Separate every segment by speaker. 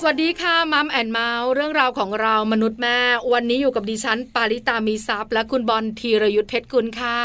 Speaker 1: สวัสดีค่ะมัมแอนเมาส์เรื่องราวของเรามนุษย์แม่ วันนี้อยู่กับดิฉัน ปาริตามีซัพย์และคุณบอลธีรยุทธเพชรกุลค่ะ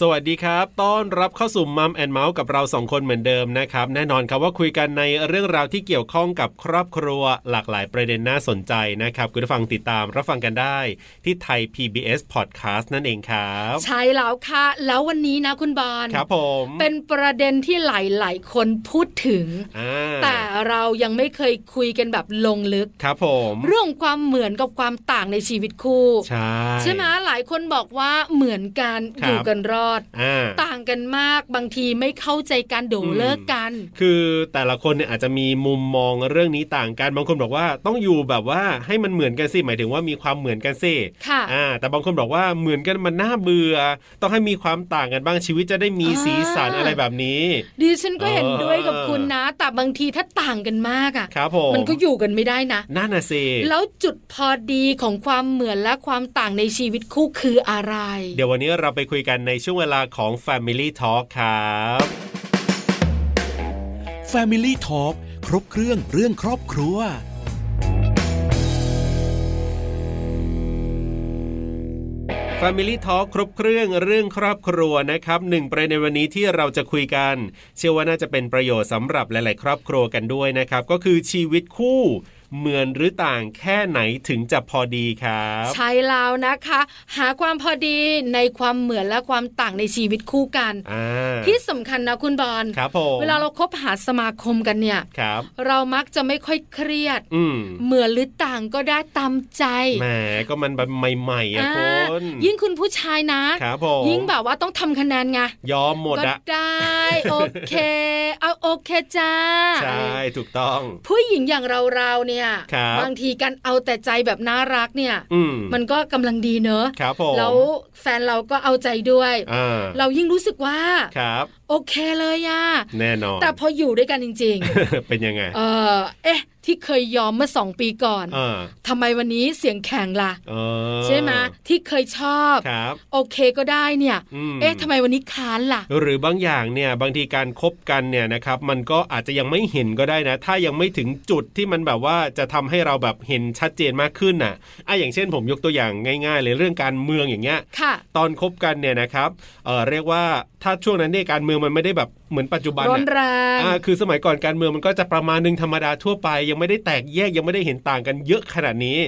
Speaker 2: สวัสดีครับ ต้อนรับเข้าสู่มัมแอนเมาส์กับเราสองคนเหมือนเดิมนะครับ แน่นอนครับว่าคุยกันในเรื่องราวที่เกี่ยวข้องกับครอบครัวหลากหลายประเด็นน่าสนใจนะครับ คุณผู้ฟังติดตามรับฟังกันได้ ที่ไทย PBS Podcast นั่นเองครับ
Speaker 1: ใช่แล้วค่ะ แล้ววันนี้นะคุณบอล
Speaker 2: ครับผม
Speaker 1: เป็นประเด็นที่หลายๆ คนพูดถึง
Speaker 2: อ่า
Speaker 1: แต่เรายังไม่เคยคุยกันแบบลงลึก
Speaker 2: ครับผม
Speaker 1: เรื่องความเหมือนกับความต่างในชีวิตคู่
Speaker 2: ใช่
Speaker 1: ใช่ไหมหลายคนบอกว่าเหมือนกันอยู่กันรอด
Speaker 2: อ่า
Speaker 1: ต่างกันมากบางทีไม่เข้าใจกันเดี๋ยว
Speaker 2: อืม
Speaker 1: เลิกกัน
Speaker 2: คือแต่ละคนเนี่ยอาจจะมีมุมมองเรื่องนี้ต่างกันบางคนบอกว่าต้องอยู่แบบว่าให้มันเหมือนกันสิหมายถึงว่ามีความเหมือนกันสิ
Speaker 1: ค่ะ
Speaker 2: อ่าแต่บางคนบอกว่าเหมือนกันมันน่าเบื่อ ต้องให้มีความต่างกันบ้างชีวิตจะได้มี
Speaker 1: อ่า
Speaker 2: สีสันอะไรแบบนี้
Speaker 1: ดิฉันก็เห็น
Speaker 2: เออ
Speaker 1: ด้วยกับคุณนะ แต่บางทีถ้าต่างกันมากอะ
Speaker 2: ครับผม
Speaker 1: มันก็อยู่กันไม่ได้นะ
Speaker 2: นั่นน่ะสิ
Speaker 1: แล้วจุดพอดีของความเหมือนและความต่างในชีวิตคู่คืออะไร
Speaker 2: เดี๋ยววันนี้เราไปคุยกันในช่วงเวลาของ Family Talk ครับ
Speaker 3: Family Talk ครบเครื่องเรื่องครอบครัว
Speaker 2: Family Talk ครบเครื่องเรื่องครอบครัวนะครับหนึ่งประเด็นวันนี้ที่เราจะคุยกัน เชื่อว่าน่าจะเป็นประโยชน์สำหรับหลาย ๆ ครอบครัวกันด้วยนะครับ ก็คือชีวิตคู่ เหมือนหรือต่างแค่ไหนถึงจะพอดีครับ
Speaker 1: ใช่แล้วนะคะ หาความพอดีในความเหมือนและความต่างในชีวิตคู่กัน
Speaker 2: อ่า
Speaker 1: ที่สำคัญนะคุณบอล
Speaker 2: ครับผม
Speaker 1: เวลาเราคบหาสมาคมกันเนี่ย
Speaker 2: ครับ
Speaker 1: เรามักจะไม่ค่อยเครียด
Speaker 2: อืม
Speaker 1: เหมือนหรือต่างก็ได้ตามใจ
Speaker 2: แหมก็มันแบบใหม่ๆอ่ะ
Speaker 1: อ่า
Speaker 2: คุณ
Speaker 1: ยิ่งคุณผู้ชายนะ
Speaker 2: ครับผม
Speaker 1: ยิ่งแบบว่าต้องทำคะแนนไง
Speaker 2: ยอมหมด
Speaker 1: ก็
Speaker 2: อะ
Speaker 1: ได้ โอเค เอาโอเคจ้า
Speaker 2: ใช่
Speaker 1: อะไร
Speaker 2: ถูกต้อง
Speaker 1: ผู้หญิงอย่างเราเราๆเนี่ย
Speaker 2: ครับ
Speaker 1: งทีการเอาแต่ใจแบบน่ารักเนี่ย
Speaker 2: อืม
Speaker 1: มันก็กำลังดีเนอะ
Speaker 2: ครับผม
Speaker 1: แล้วแฟนเราก็เอาใจด้วย
Speaker 2: อ่า
Speaker 1: เรายิ่งรู้สึกว่า
Speaker 2: ครับ
Speaker 1: โอเคเลยอะ
Speaker 2: แน่นอน
Speaker 1: แต่พออยู่ด้วยกันจริง
Speaker 2: เป็นยังไง
Speaker 1: ๆ เออเอ๊ะ ที่เคยยอมเมื่อสองปีก่อน
Speaker 2: เออ
Speaker 1: ทำไมวันนี้เสียงแข็งล่ะ
Speaker 2: เออ
Speaker 1: ใช่ไหมที่เคยชอบ
Speaker 2: ครับ
Speaker 1: โอเคก็ได้เนี่ย
Speaker 2: อืม
Speaker 1: เอ๊ะทำไมวันนี้ค้านล่ะ
Speaker 2: หรือบางอย่างเนี่ยบางทีการคบกันเนี่ยนะครับ มันก็อาจจะยังไม่เห็นก็ได้นะ ถ้ายังไม่ถึงจุดที่มันแบบว่าจะทำให้เราแบบเห็นชัดเจนมากขึ้นน่ะอ่ะอย่างเช่นผมยกตัวอย่างง่าย ๆ เลยเรื่องการเมืองอย่างเงี้ย
Speaker 1: ค่ะ
Speaker 2: ตอนคบกันเนี่ยนะครับ เออเรียกว่าถ้าช่วงนั้นเนี่ยการเมืองมันไม่ได้แบบเหมือนปัจจุบัน
Speaker 1: ร้อน
Speaker 2: อะ
Speaker 1: แรง
Speaker 2: อ่าคือสมัยก่อนการเมืองมันก็จะประมาณหนึงธรรมดาทั่วไป ยังไม่ได้แตกแยกยังไม่ได้เห็นต่างกันเยอะขนาดนี้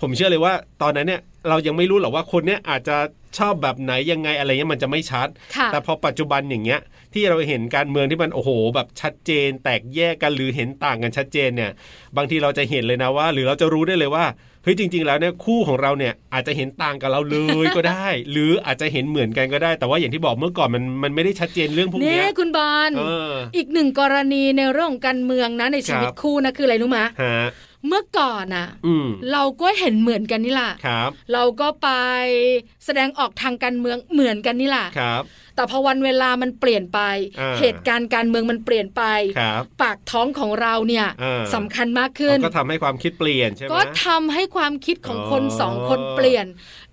Speaker 2: ผมเชื่อเลยว่าตอนนั้นเนี่ยเรายังไม่รู้หรอกว่าคนเนี่ยอาจจะชอบแบบไหนยังไงอะไรเงี้ยมันจะไม่ชัด
Speaker 1: ค่ะ
Speaker 2: แต่พอปัจจุบันอย่างเงี้ยที่เราเห็นการเมืองที่มันโอ้โห แบบชัดเจน แตกแยกกันหรือเห็นต่างกันชัดเจนเนี่ย บางทีเราจะเห็นเลยนะว่า หรือเราจะรู้ได้เลยว่าเฮ้ยจริง ๆ แล้วเนี่ยคู่ของเราเนี่ยอาจจะเห็นต่างกับเราเลย ก็ได้ หรืออาจจะเห็นเหมือนกันก็ได้ แต่ว่าอย่างที่บอกเมื่อก่อนมันมันไม่ได้ชัดเจนเรื่องพวก
Speaker 1: เนี่
Speaker 2: เนี้
Speaker 1: ย
Speaker 2: ย
Speaker 1: คุณบอล
Speaker 2: เออ
Speaker 1: อีกหนึ่งกรณีในเรื่องของการเมืองนะในชีวิต
Speaker 2: ครับ
Speaker 1: คู่นะคืออะไรรู้มะ
Speaker 2: ฮะ
Speaker 1: เมื่อก่อนน่ะ
Speaker 2: อืม
Speaker 1: เราก็เห็นเหมือนกันนี่ล่ะ
Speaker 2: ครับ
Speaker 1: เราก็ไปแสดงออกทางการเมืองเหมือนกันนี่ล่ะ
Speaker 2: ครับ
Speaker 1: แต่พอวันเวลามันเปลี่ยนไป
Speaker 2: อ่า
Speaker 1: เหตุการณ์การเมืองมันเปลี่ยนไป
Speaker 2: ครับ
Speaker 1: ปากท้องของเราเนี่ย
Speaker 2: อ่า
Speaker 1: สำคัญมากขึ้น
Speaker 2: เขาก็ทำให้ความคิดเปลี่ยนใช่ไหม
Speaker 1: ก็ทำให้ความคิดของคน
Speaker 2: อ๋อ
Speaker 1: สองคนเปลี่ยน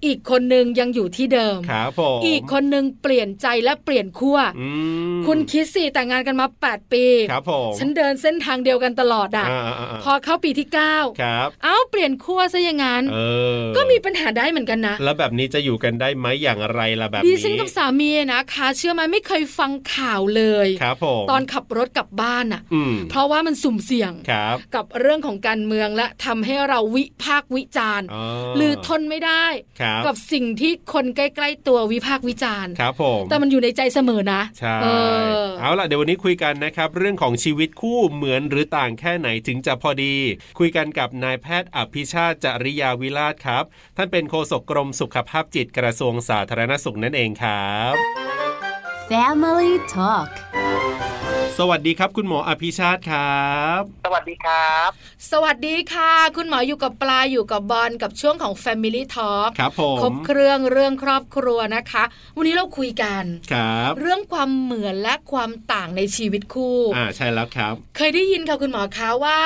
Speaker 1: อีกคนหนึ่งยังอยู่ที่เดิม
Speaker 2: ครับผม
Speaker 1: อีกคนหนึ่งเปลี่ยนใจและเปลี่ยนขั้ว
Speaker 2: อืม
Speaker 1: คุณคิดสิแต่งงานกันมา 8 ปี
Speaker 2: ครับผม
Speaker 1: ฉันเดินเส้นทางเดียวกันตลอดอ่ะ
Speaker 2: อ่าๆๆ
Speaker 1: พอเข้าปีที่
Speaker 2: ครับ
Speaker 1: 9 เอ้าเปลี่ยนขั้วซะอย่างนั้น
Speaker 2: เออ
Speaker 1: ก็มีปัญหาได้เหมือนกันนะ
Speaker 2: แล้วแบบนี้จะอยู่กันได้ไหมอย่างไรล่ะแบบ
Speaker 1: ดิ
Speaker 2: นี้
Speaker 1: ฉันกับสามีนะคะเชื่อไหมไม่เคยฟังข่าวเลย
Speaker 2: ครับผม
Speaker 1: ตอนขับรถกลับบ้านอ่ะ
Speaker 2: อืม
Speaker 1: เพราะว่ามันสุ่มเสี่ยง
Speaker 2: ครับ
Speaker 1: กับเรื่องของการเมืองและทำให้เราวิพากษ์วิจารณ์ หรือทนไม่ได้
Speaker 2: ครับ
Speaker 1: กับสิ่งที่คนใกล้ๆตัววิพากษ์วิจารณ์
Speaker 2: ครับผม
Speaker 1: แต่มันอยู่ในใจเสมอนะ
Speaker 2: ใช่
Speaker 1: เออ
Speaker 2: เอาล่ะเดี๋ยววันนี้คุยกันนะครับ เรื่องของชีวิตคู่เหมือนหรือต่างแค่ไหนถึงจะพอดี คุยกันกับนายแพทย์อภิชาติจริยาวิราชครับ ท่านเป็นโฆษกกรมสุขภาพจิตกระทรวงสาธารณสุขนั่นเองครับ
Speaker 4: Family Talk
Speaker 2: สวัสดีครับ คุณหมออภิชาติครับ
Speaker 5: สวัสดีครับ
Speaker 1: สวัสดีค่ะ คุณหมออยู่กับปลาอยู่กับบอลกับช่วงของ Family Talk
Speaker 2: ครับผม
Speaker 1: ครบเครื่องเรื่องครอบครัวนะคะ วันนี้เราคุยกัน
Speaker 2: ครับ
Speaker 1: เรื่องความเหมือนและความต่างในชีวิตคู่
Speaker 2: อ่าใช่แล้วครับ
Speaker 1: เคยได้ยินค่ะคุณหมอคะว่า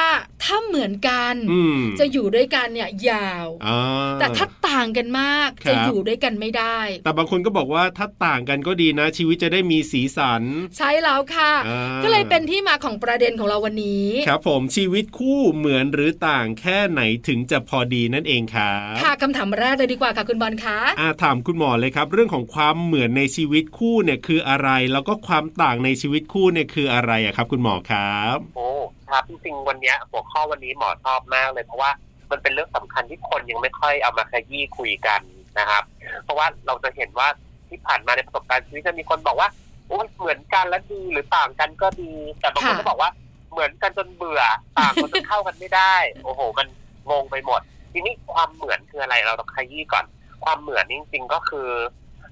Speaker 1: ถ้าเหมือนกัน
Speaker 2: อืม
Speaker 1: จะอยู่ด้วยกันเนี่ยยาว
Speaker 2: อ่า
Speaker 1: แต่ถ้าต่างกันมาก
Speaker 2: ครับ
Speaker 1: จะอยู่ด้วยกันไม่ได้
Speaker 2: แต่บางคนก็บอกว่าถ้าต่างกันก็ดีนะ ชีวิตจะได้มีสีสัน
Speaker 1: ใช่แล้วค่ะ
Speaker 2: อ่า
Speaker 1: ก็เลยเป็นที่มาของประเด็นของเราวันนี้
Speaker 2: ครับผมชีวิตคู่เหมือนหรือต่างแค่ไหนถึงจะพอดีนั่นเองครับ
Speaker 1: ค่ะคำถามแรกเลยดีกว่าค่ะคุณบอลคะ
Speaker 2: อาถามคุณหมอเลยครับ เรื่องของความเหมือนในชีวิตคู่เนี่ยคืออะไร แล้วก็ความต่างในชีวิตคู่เนี่ยคืออะไรอะครับ คุณหมอครับ
Speaker 5: โอ้ครับจริงๆวันเนี้ยหัวข้อวันนี้หมอชอบมากเลย เพราะว่ามันเป็นเรื่องสำคัญที่คนยังไม่ค่อยเอามาขยี้คุยกันนะครับ เพราะว่าเราจะเห็นว่าที่ผ่านมาในประสบการณ์ชีวิตจะมีคนบอกว่าโอ้ยเหมือนกันแล้วดีหรือต่างกันก็ดี แต่บางคนก็บอกว่าเหมือนกันจนเบื่อ ต่างกันจนเข้ากันไม่ได้ โอ้โห มันงงไปหมด ทีนี้ความเหมือนคืออะไรเราต้องขยี้ก่อน ความเหมือนจริง ๆ ก็คือ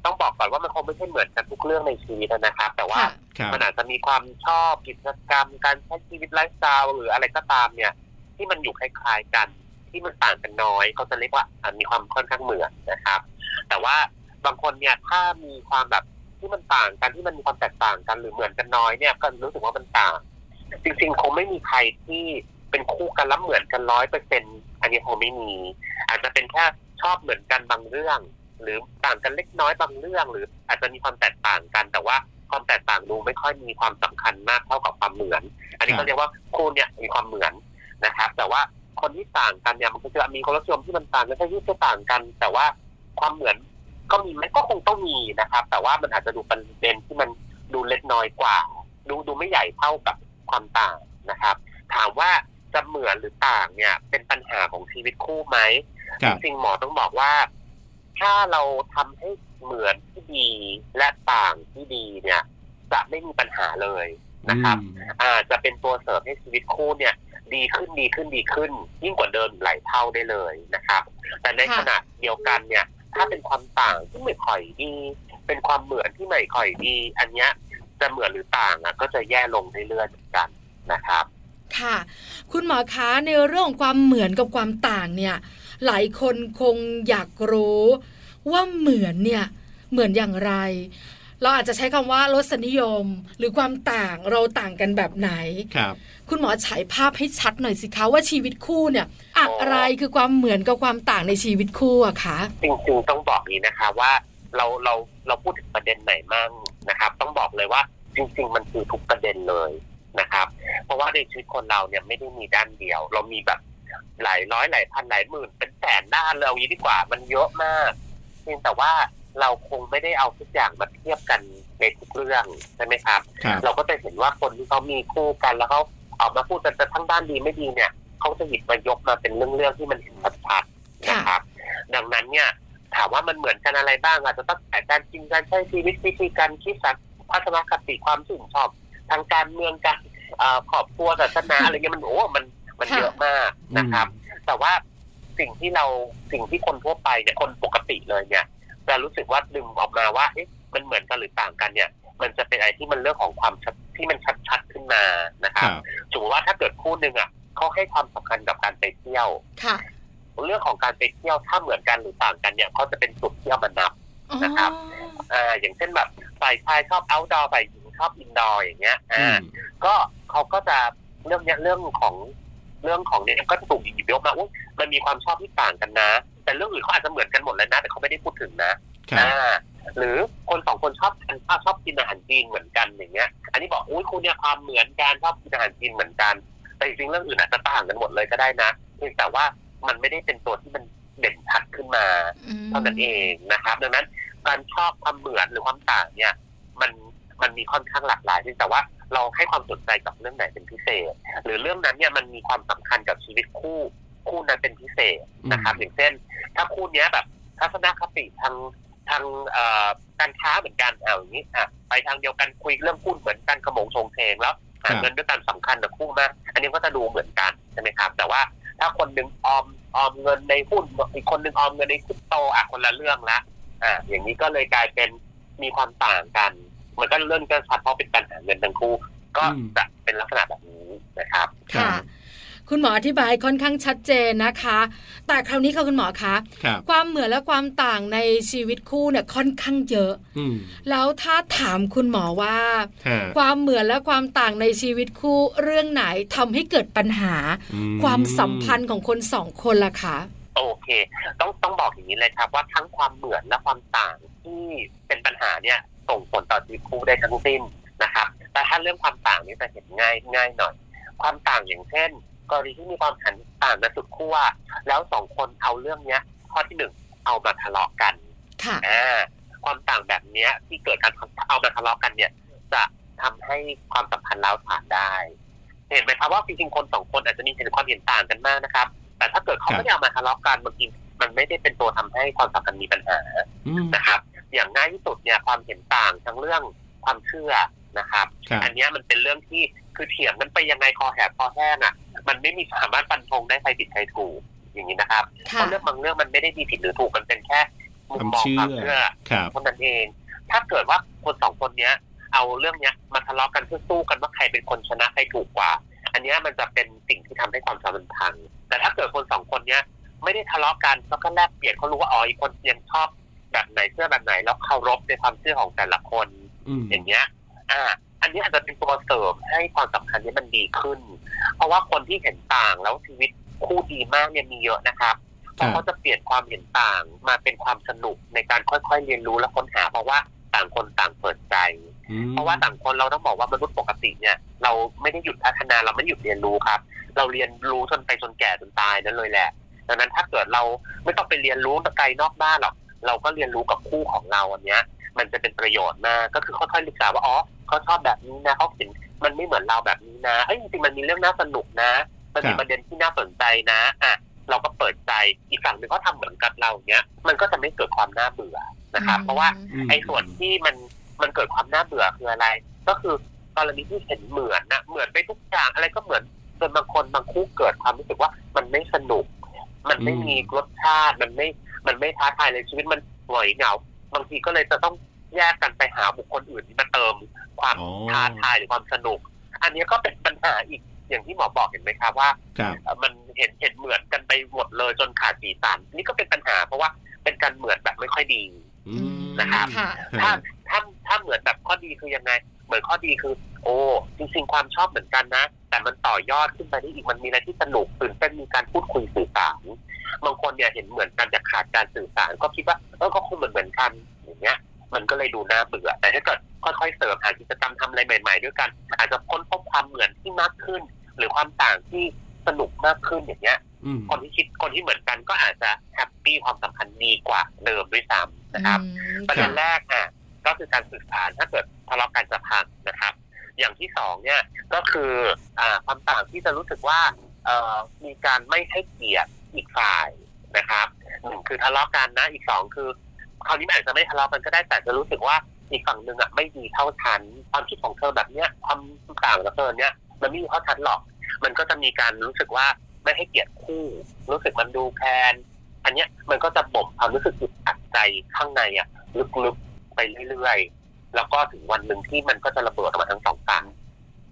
Speaker 5: ต้องบอกก่อนว่ามันคงไม่ใช่เหมือนกันทุกเรื่องในชีวิตนะครับ แต่ว่า
Speaker 1: ค่ะ
Speaker 2: ครับ
Speaker 5: มันอาจจะมีความชอบกิจกรรม การใช้ชีวิตไลฟ์สไตล์หรืออะไรก็ตามเนี่ย ที่มันอยู่คล้ายๆกัน ที่มันต่างกันน้อยก็จะเรียกว่าอ่ะมีความค่อนข้างเหมือนนะครับ แต่ว่าบางคนเนี่ยถ้ามีความแบบที่มันต่างกันที่มันมีความแตกต่างกันหรือเหมือนกันน้อยเนี่ยก็รู้สึกว่ามันต่าง จริงๆ คงไม่มีใครที่เป็นคู่กันแล้วเหมือนกันร้อยเปอร์เซ็นอันนี้คงไม่มี อาจจะเป็นแค่ชอบเหมือนกันบางเรื่อง หรือต่างกันเล็กน้อยบางเรื่อง หรืออาจจะมีความแตกต่างกัน แต่ว่าความแตกต่างดูไม่ค่อยมีความสำคัญมากเท่ากับความเหมือน อันนี้ก็เรียกว่าคู่เนี่ยมีความเหมือนนะครับ แต่ว่าคนที่ต่างกันเนี่ยมันก็จะมีคนละส่วนที่มันต่างกันใช่ที่จะต่างกัน แต่ว่าความเหมือนก็มีไหมก็คงต้องมีนะครับ แต่ว่ามันอาจจะดูเป็นประเด็นที่มันดูเล็กน้อยกว่า ดูดูไม่ใหญ่เท่ากับความต่างนะครับ ถามว่าจะเหมือนหรือต่างเนี่ยเป็นปัญหาของชีวิตคู่ไหม
Speaker 2: ค
Speaker 5: จ
Speaker 2: รับ
Speaker 5: ริงๆหมอต้องบอกว่า ถ้าเราทำให้เหมือนที่ดีและต่างที่ดีเนี่ย จะไม่มีปัญหาเลยนะครับ
Speaker 2: อืม
Speaker 5: อาจจะเป็นตัวเสริมให้ชีวิตคู่เนี่ย ดีขึ้นดีขึ้นดีขึ้น ยิ่งกว่าเดิมหลายเท่าได้เลยนะครับ แต่ใน
Speaker 1: ค่ะ
Speaker 5: ขณะเดียวกันเนี่ย ถ้าเป็นความต่างที่ไม่ค่อยดี เป็นความเหมือนที่ไม่ค่อยดี อันเนี้ยจะเหมือนหรือต่างอะก็จะแย่ลงเรื่อยๆเหมือนกันนะครับ
Speaker 1: ค่ะ คุณหมอคะในเรื่องของความเหมือนกับความต่างเนี่ย หลายคนคงอยากรู้ ว่าเหมือนเนี่ยเหมือนอย่างไร เราอาจจะใช้คำว่ารสนิยม หรือความต่างเราต่างกันแบบไหน
Speaker 2: ครับ
Speaker 1: คุณหมอฉายภาพให้ชัดหน่อยสิคะว่าชีวิตคู่เนี่ย อะไรคือความเหมือนกับความต่างในชีวิตคู่อะคะ
Speaker 5: จริงๆต้องบอกนี้นะคะว่าเราเราเราพูดถึงประเด็นไหนมั่งนะครับ ต้องบอกเลยว่าจริง ๆ มันคือทุกประเด็นเลยนะครับ เพราะว่าในชีวิตคนเราเนี่ยไม่ได้มีด้านเดียว เรามีแบบหลายร้อยหลายพันหลายหมื่นเป็นแสนด้านเลยเอาอย่างนี้ดีกว่ามันเยอะมากเพียงแต่ว่าเราคงไม่ได้เอาทุกอย่างมาเทียบกันในทุกเรื่องใช่ไหมครับ
Speaker 2: ครับ
Speaker 5: เราก็จะเห็นว่าคนที่เขามีคู่กันแล้วเขาออกมาพูดกันแต่ทั้งด้านดีไม่ดีเนี่ยเขาจะหยิบมายกมาเป็นเรื่องๆที่มันเห็นชัดๆ
Speaker 1: ค่ะ
Speaker 5: นะครับ ดังนั้นเนี่ยถามว่ามันเหมือนกันอะไรบ้างอาจจะตั้งแต่การกินการใช้ชีวิตวิธีการคิดสักพัฒนคติความชื่นชอบ ทางการเมืองการเอ่อครอบครัวศาสนาอะไรเงี้ยมันโอ้มันมันเยอะมากนะครับ แต่ว่าสิ่งที่เราสิ่งที่คนทั่วไปเนี่ยคนปกติเลยเนี่ยจะรู้สึกว่าดึงออกมาว่าเอ๊ะมันเหมือนกันหรือต่างกันเนี่ย มันจะเป็นอะไรที่มันเรื่องของความชัดที่มันชัดๆขึ้นมานะค
Speaker 2: ครับ รับ
Speaker 5: สมมติว่าถ้าเกิดคู่หนึ่งอ่ะเขาให้ความสำคัญกับการไปเที่ยว
Speaker 1: ค่ะ
Speaker 5: เรื่องของการไปเที่ยวถ้าเหมือนกันหรือต่างกันเนี่ยเขาจะเป็นจุดที่เอามานับ
Speaker 1: อ๋อ
Speaker 5: นะครับ อ่าอย่างเช่นแบบฝ่ายชายชอบ outdoor ฝ่ายหญิงชอบ indoor อย่างเงี้ย
Speaker 2: อื
Speaker 5: อ่า
Speaker 2: ม
Speaker 5: ก็เขาก็จะเรื่องเนี้ยเรื่องของเรื่องของเนี่ยก็จะถูกหยิบยกมาอุ๊ยมันมีความชอบที่ต่างกันนะ แต่เรื่องอื่นเขาอาจจะเหมือนกันหมดเลยนะ แต่เขาไม่ได้พูดถึงนะครับ อ่าหรือคนสองคนชอบทานข้าวชอบกินอาหารจีนเหมือนกันอย่างเงี้ย อันนี้บอกอุ้ยคุณเนี่ยความเหมือนกันชอบกินอาหารจีนเหมือนกัน แต่จริงๆเรื่องอื่นอาจจะต่างกันหมดเลยก็ได้นะเพียงแต่ว่ามันไม่ได้เป็นตัวที่มันเด่นชัดขึ้นมา
Speaker 1: อืม
Speaker 5: เท่านั้นเองนะครับ ดังนั้นการชอบความเหมือนหรือความต่างเนี่ย มันมันมีค่อนข้างหลากหลายแต่ว่าเราให้ความสนใจกับเรื่องไหนเป็นพิเศษ หรือเรื่องนั้นเนี่ยมันมีความสำคัญกับชีวิตคู่คู่นั้นเป็นพิเศษนะครับ อย่างเช่น ถ้าคู่เนี้ยแบบทัศนคติทางทางเอ่อการค้าเหมือนกันเอาอย่างนี้อ่ะไปทางเดียวกันคุยเรื่องหุ้นเหมือนกันขโมงชงเทงแล้วหาเงินด้วยกันสำคัญกับคู่มากอันนี้ก็จะดูเหมือนกันใช่ไหมครับ แต่ว่า ถ้าคนหนึ่งออมออมเงินในหุ้นอีกคนหนึ่งออมเงินในคริปโตอ่ะคนละเรื่องละอ่าอย่างนี้ก็เลยกลายเป็นมีความต่างกัน มันก็เรื่องกันชัดเพราะเป็นการหาเงินทั้งคู่ ก็
Speaker 2: อืม
Speaker 5: จะเป็นลักษณะแบบนี้นะครับ
Speaker 1: ค่ะ คุณหมออธิบายค่อนข้างชัดเจนนะคะ แต่คราวนี้ค่ะคุณหมอคะ
Speaker 2: ครับ
Speaker 1: ความเหมือนและความต่างในชีวิตคู่เนี่ยค่อนข้างเยอะ
Speaker 2: อืม
Speaker 1: แล้วถ้าถามคุณหมอว่า
Speaker 2: ฮะ
Speaker 1: ความเหมือนและความต่างในชีวิตคู่เรื่องไหนทำให้เกิดปัญหา
Speaker 2: อื
Speaker 1: ความสัมพันธ์ของคนสองคนล่ะคะ
Speaker 5: โอเค ต้องต้องบอกอย่างนี้เลยครับ ว่าทั้งความเหมือนและความต่างที่เป็นปัญหาเนี่ยส่งผลต่อชีวิตคู่ได้ทั้งสิ้นนะครับ แต่ถ้าเรื่องความต่างนี่จะเห็นง่ายง่ายหน่อย ความต่างอย่างเช่น กรณีที่มีความขันต่างกันสุดขั้วแล้วสองคนเอาเรื่องเนี้ย ข้อที่หนึ่งเอามาทะเลาะกัน
Speaker 1: ค่ะ
Speaker 5: อ่าความต่างแบบเนี้ยที่เกิดการเอามาทะเลาะกันเนี่ย จะทำให้ความสัมพันธ์ร้าวฉานได้ เห็นไหมครับว่าจริงๆคนสองคนอาจจะมีเห็นความเห็นต่างกันมากนะครับ แต่ถ้าเกิดเขาไม่ได้เอามาทะเลาะกันบางทีมันไม่ได้เป็นตัวทำให้ความสัมพันธ์มีปัญหา
Speaker 2: อืม
Speaker 5: นะครับ อย่างง่ายที่สุดเนี่ยความเห็นต่างทั้งเรื่องความเชื่อนะครับ
Speaker 2: ครับ
Speaker 5: อันเนี้ยมันเป็นเรื่องที่คือเถียงกันไปยังไงคอแหบคอแห้งอ่ะ มันไม่มีสามารถฟันธงได้ใครผิดใครถูกอย่างนี้นะครับเพ
Speaker 1: ค่ะ
Speaker 5: ราะเรื่องบางเรื่องมันไม่ได้มีผิดหรือถูกมันเป็นแค่มุ
Speaker 2: ค
Speaker 5: ม
Speaker 2: วาม
Speaker 5: มอง
Speaker 2: เชื่อ
Speaker 5: ความเชื่อ
Speaker 2: ครับ
Speaker 5: เท่านั้นเอง ถ้าเกิดว่าคนสองคนเนี้ย เอาเรื่องเนี้ยมาทะเลาะกันเพื่อสู้กันว่าใครเป็นคนชนะใครถูกกว่า อันเนี้ยมันจะเป็นสิ่งที่ทำให้ความสัมพันธ์พัง แต่ถ้าเกิดคนสองคนเนี้ย ไม่ได้ทะเลาะกันแล้วก็แลกเปลี่ยนเขารู้ว่าอ๋ออีกคนยังชอบแบบไหนเชื่อแบบไหนแล้วเคารพในความเชื่อของแต่ละคน
Speaker 2: อืม
Speaker 5: อย่างเงี้ย อ่า อันนี้อาจจะเป็นตัวเสริมให้ความสัมพันธ์เนี้มันดีขึ้น เพราะว่าคนที่เห็นต่างแล้วชีวิตคู่ดีมากเนี่ยมีเยอะนะครับเพราะเขาจะเปลี่ยนความเห็นต่างมาเป็นความสนุกในการค่อยๆเรียนรู้และค้นหาเพราะว่าต่างคนต่างเปิดใจ
Speaker 2: อืม
Speaker 5: เพราะว่าต่างคนเราต้องบอกว่ามนุษย์ปกติเนี่ย เราไม่ได้หยุดพัฒนาเราไม่ได้หยุดเรียนรู้ครับ เราเรียนรู้จนไปจนแก่จนตายนั่นเลยแหละดังนั้นถ้าเกิดเราไม่ต้องไปเรียนรู้ไกลนอกบ้านหรอกเราก็เรียนรู้กับคู่ของเราอันเนี้ย มันจะเป็นประโยชน์มากก็คือค่อยๆศึกษาว่าอ๋อเขาชอบแบบนี้นะเขาเห็นมันไม่เหมือนเราแบบนี้นะเอ้ยจริงๆมันมีเรื่องน่าสนุกนะ มันมีประเด็นที่น่าสนใจนะอ่ะเราก็เปิดใจอีกฝั่งหนึ่งเขาทำเหมือนกับเราอย่างเงี้ย มันก็จะไม่เกิดความน่าเบื่อนะครับ เพราะว่า
Speaker 2: ม
Speaker 5: ไอ้ส่วนที่มันมันเกิดความน่าเบื่อคืออะไร ก็คือกรณีที่เห็นเหมือนนะเหมือนไปทุกอย่างอะไรก็เหมือนจนบางคนบางคู่เกิดความรู้สึกว่ามันไม่สนุก มันไม่มีรสชาติมันไม่มันไม่ท้าทายเลยชีวิตมันหงอยเหงา บางทีก็เลยจะต้องแยกกันไปหาบุคคลอื่นที่มาเติม ความ
Speaker 2: อ๋อ
Speaker 5: ท้าทายหรือความสนุก อันนี้ก็เป็นปัญหาอีกอย่างที่หมอบอกเห็นไหมครับว่า
Speaker 2: ครับ
Speaker 5: เอ่อมันเห็นเห็นเหมือนกันไปหมดเลยจนขาดสีสันนี่ก็เป็นปัญหา เพราะว่าเป็นการเหมือนแบบไม่ค่อยดี
Speaker 2: อืม
Speaker 5: นะครับ
Speaker 1: ค่ะ
Speaker 5: ถ้าถ้าถ้าเหมือนแบบข้อดีคือยังไง เหมือนข้อดีคือ โอ้จริงๆความชอบเหมือนกันนะ แต่มันต่อยอดขึ้นไปได้อีกมันมีอะไรที่สนุกตื่นเต้นมีการพูดคุยสื่อสารบางคนเนี่ยเห็นเหมือนกันแต่ขาดการสื่อสาร ก็คิดว่าเออก็คงเหมือนเหมือนกันอย่างเงี้ย มันก็เลยดูน่าเบื่อ แต่ถ้าเกิดค่อยๆเสริมหากิจกรรมทำอะไรใหม่ๆด้วยกัน อาจจะค้นพบความเหมือนที่มากขึ้น หรือความต่างที่สนุกมากขึ้นอย่างเงี้ย
Speaker 2: อืม
Speaker 5: คนที่คิดคนที่เหมือนกันก็อาจจะแฮปปี้ความสัมพันธ์ดีกว่าเดิมด้วยซ้ำนะครับ ประเด็นแรกอ่ะก็คือการสื่อสารถ้าเกิดทะเลาะกันจะพังนะครับ อย่างที่สองเนี่ยก็คืออ่าความต่างที่จะรู้สึกว่าเอ่อมีการไม่ให้เกียรติอีกฝ่ายนะครับหนึ่งคือทะเลาะกันนะอีกสองคือคราวนี้มันอาจจะไม่ทะเลาะกันก็ได้แต่จะรู้สึกว่าอีกฝั่งหนึ่งอ่ะไม่ดีเท่าฉันความคิดของเธอแบบเนี้ยความต่างของเธอเนี้ยมันไม่ดีเท่าฉันหรอก มันก็จะมีการรู้สึกว่าไม่ให้เกียรติคู่ รู้สึกมันดูแคน อันเนี้ยมันก็จะบ่มความรู้สึกอึดอัดใจข้างในอ่ะ ลึกๆไปเรื่อยๆ แล้วก็ถึงวันหนึ่งที่มันก็จะระเบิดออกมาทั้งสองฝั่ง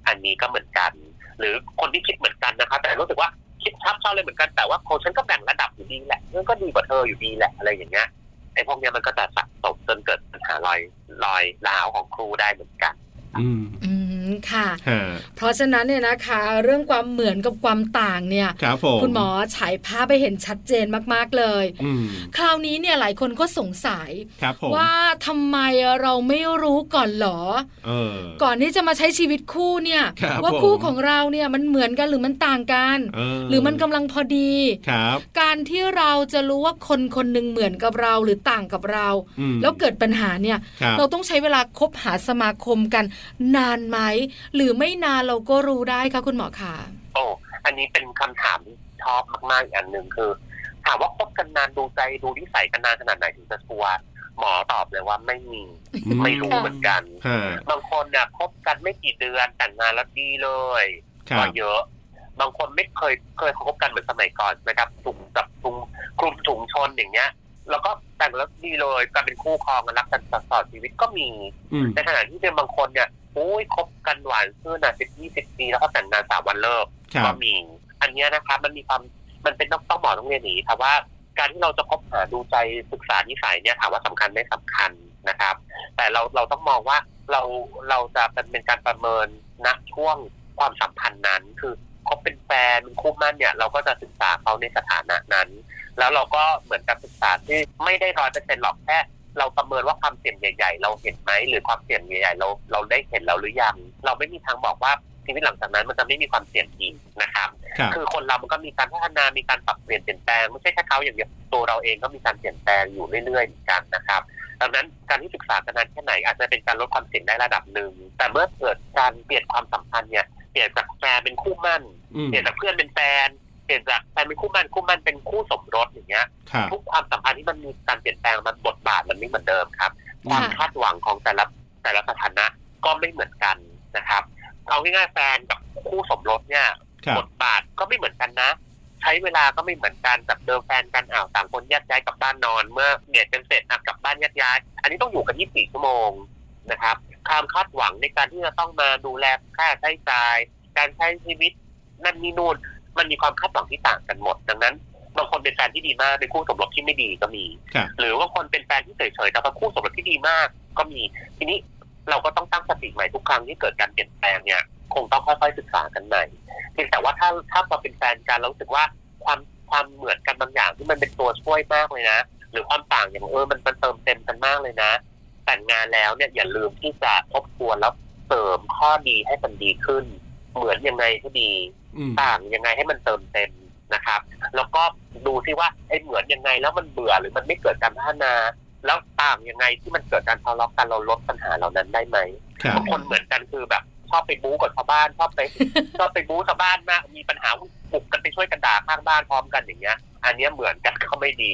Speaker 5: อันนี้ก็เหมือนกัน หรือคนที่คิดเหมือนกันนะคะ แต่รู้สึกว่าคิดชอบชอบเลยเหมือนกันแต่ว่าโคฉันก็แบ่งระดับอยู่ดีแหละมันก็ดีกว่าเธออยู่ดีแหละอะไรอย่างเงี้ยไอ้พวกเนี้ยมันก็จะสะสมจนเกิดปัญหารอยรอยร้าวของครูได้เหมือนกัน
Speaker 2: อืม
Speaker 1: อืมค่ะ
Speaker 2: ฮะ
Speaker 1: เพราะฉะนั้นเนี่ยนะคะ เรื่องความเหมือนกับความต่างเนี่ย
Speaker 2: ครับผม
Speaker 1: คุณหมอฉายภาพไปเห็นชัดเจนมากๆเลย
Speaker 2: อืม
Speaker 1: คราวนี้เนี่ยหลายคนก็สงสัย
Speaker 2: ครับผม
Speaker 1: ว่าทำไมเราไม่รู้ก่อนหรอ
Speaker 2: เออ
Speaker 1: ก่อนที่จะมาใช้ชีวิตคู่เนี่ย
Speaker 2: ครับ
Speaker 1: ว่า
Speaker 2: ผม
Speaker 1: คู่ของเราเนี่ยมันเหมือนกันหรือมันต่างกัน
Speaker 2: เห
Speaker 1: รือมันกำลังพอดี
Speaker 2: ครับ
Speaker 1: การที่เราจะรู้ว่าคนคนหนึ่งเหมือนกับเราหรือต่างกับเรา
Speaker 2: อืม
Speaker 1: แล้วเกิดปัญหาเนี่ย
Speaker 2: ครับ
Speaker 1: เราต้องใช้เวลาคบหาสมาคมกันนานไหม หรือไม่นานเราก็รู้ได้ค่ะคุณหมอค่ะ
Speaker 5: โอ้อันนี้เป็นคำถามที่ชอบมากๆอีกอันหนึ่งคือ ถามว่าคบกันนานดูใจดูนิสัยกันนานขนาดไหนถึงจะชัวร์หมอตอบเลยว่าไม่มี
Speaker 2: อืม
Speaker 5: ไม่รู้เหมือนกัน
Speaker 2: ฮะ
Speaker 5: บางคนเนี่ยคบกันไม่กี่เดือนแต่งงานแล้วดีเลย
Speaker 2: ครั
Speaker 5: ก็
Speaker 2: บ
Speaker 5: เยอะ บางคนไม่เคยเคยคบกันเหมือนสมัยก่อนนะครับถุงจับถุงคลุมถุงชนอย่างเงี้ย แล้วก็แต่งแล้วดีเลยกลายเป็นคู่ครองกันรักกันตลอดชีวิตก็มี
Speaker 2: อืม
Speaker 5: ในขณะที่เป็นบางคนเนี่ยโอ้ยคบกันหวานซื่อนะสิบยี่สิบปีแล้วก็แต่งงานสามวันเลิก
Speaker 2: ครั
Speaker 5: ก็
Speaker 2: บ
Speaker 5: มี อันเนี้ยนะครับมันมีความมันเป็นต้องต้องบอกต้องเรียนอย่างนี้ครับว่าการที่เราจะคบหาดูใจศึกษานิสัยเนี่ยถามว่าสำคัญไหม่สำคัญนะครับ แต่เราเราต้องมองว่าเราเราจะเป็นเป็นการประเมินณช่วงความสัมพันธ์นั้น คือคบเป็นแฟนเป็นคู่หมั่นเนี่ยเราก็จะศึกษาเขาในสถานะนั้น แล้วเราก็เหมือนกับศึกษาที่ไม่ได้ร้อยเปอร์เซ็นต์หรอกแค่เราประเมินว่าความเสี่ยงใหญ่ๆ เราเห็นไหมหรือความเสี่ยงใหญ่ๆเราเราได้เห็นแล้วหรือยังเราไม่มีทางบอกว่าชีวิตหลังจากนั้นมันจะไม่มีความเสี่ยงอีกนะครับ
Speaker 2: ครับ
Speaker 5: คือคนเรามันก็มีการพัฒนา มีการปรับเปลี่ยนเปลี่ยนแปลง ไม่ใช่แค่เขาอย่างเดียว ตัวเราเองก็มีการเปลี่ยนแปลงอยู่เรื่อยๆเหมือนกันนะครับ ดังนั้นการที่ศึกษากันนานแค่ไหนอาจจะเป็นการลดความเสี่ยงได้ระดับหนึ่ง แต่เมื่อเกิดการเปลี่ยนความสัมพันธ์เนี่ย เปลี่ยนจากแฟนเป็นคู่หมั่น
Speaker 2: อืม
Speaker 5: เปลี่ยนจากเพื่อนเป็นแฟน เปลี่ยนจากแฟนเป็นคู่หมั่น คู่หมั่นเป็นคู่สมรสอย่างเงี้ย
Speaker 2: ครับ
Speaker 5: ทุกความสัมพันธ์ที่มันมีการเปลี่ยนแปลงมันบทบาทมันไม่เหมือนเดิมครับ ความคาดหวังของแต่ละแต่ละสถานะก็ไม่เหมือนกันนะครับ เอาง่ายๆแฟนกับคู่สมรสเนี่ย
Speaker 2: ครับ
Speaker 5: บทบาทก็ไม่เหมือนกันนะ ใช้เวลาก็ไม่เหมือนกันแบบเดิมแฟนกันอ้าวต่างคนแยกย้ายกลับบ้านนอน เมื่อเดทกันเสร็จอ่ะกลับบ้านแยกย้าย อันนี้ต้องอยู่กัน 24 ชั่วโมงนะครับความคาดหวังในการที่จะต้องมาดูแลค่าใช้จ่าย การใช้ชีวิตนั่นนี่นู่นมันมีความคาดหวังที่ต่างกันหมด ดังนั้นบางคนเป็นแฟนที่ดีมากเป็นคู่สมรสที่ไม่ดีก็มี
Speaker 2: ครับ
Speaker 5: หรือบางคนเป็นแฟนที่เฉยๆแต่เป็นคู่สมรสที่ดีมากก็มี ทีนี้เราก็ต้องตั้งสติใหม่ทุกครั้งที่เกิดการเปลี่ยนแปลงเนี่ยคงต้องค่อยๆศึกษากันใหม่เพียงแต่ว่าถ้าถ้าพอเป็นแฟนกันเรารู้สึกว่าความความเหมือนกันบางอย่างที่มันเป็นตัวช่วยมากเลยนะ หรือความต่างอย่างเออมันมันเติมเต็มกันมากเลยนะ แต่งงานแล้วเนี่ยอย่าลืมที่จะทบทวนแล้วเสริมข้อดีให้มันดีขึ้น เหมือนยังไงให้ดี
Speaker 2: อืม
Speaker 5: ต่างยังไงให้มันเติมเต็มนะครับ แล้วก็ดูซิว่าไอ้เหมือนยังไงแล้วมันเบื่อหรือมันไม่เกิดการพัฒนา แล้วต่างยังไงที่มันเกิดการทะเลาะกันเราลดปัญหาเหล่านั้นได้ไหม
Speaker 2: ครับ
Speaker 5: บางคนเหมือนกันคือแบบ ชอบไปบู๊กับชาวบ้านชอบไป ชอบไปบู๊ชาวบ้านมากมีปัญหาปลุกกันไปช่วยกันด่าข้างบ้านพร้อมกันอย่างเงี้ย อันเนี้ยเหมือนกันก็ไม่ดี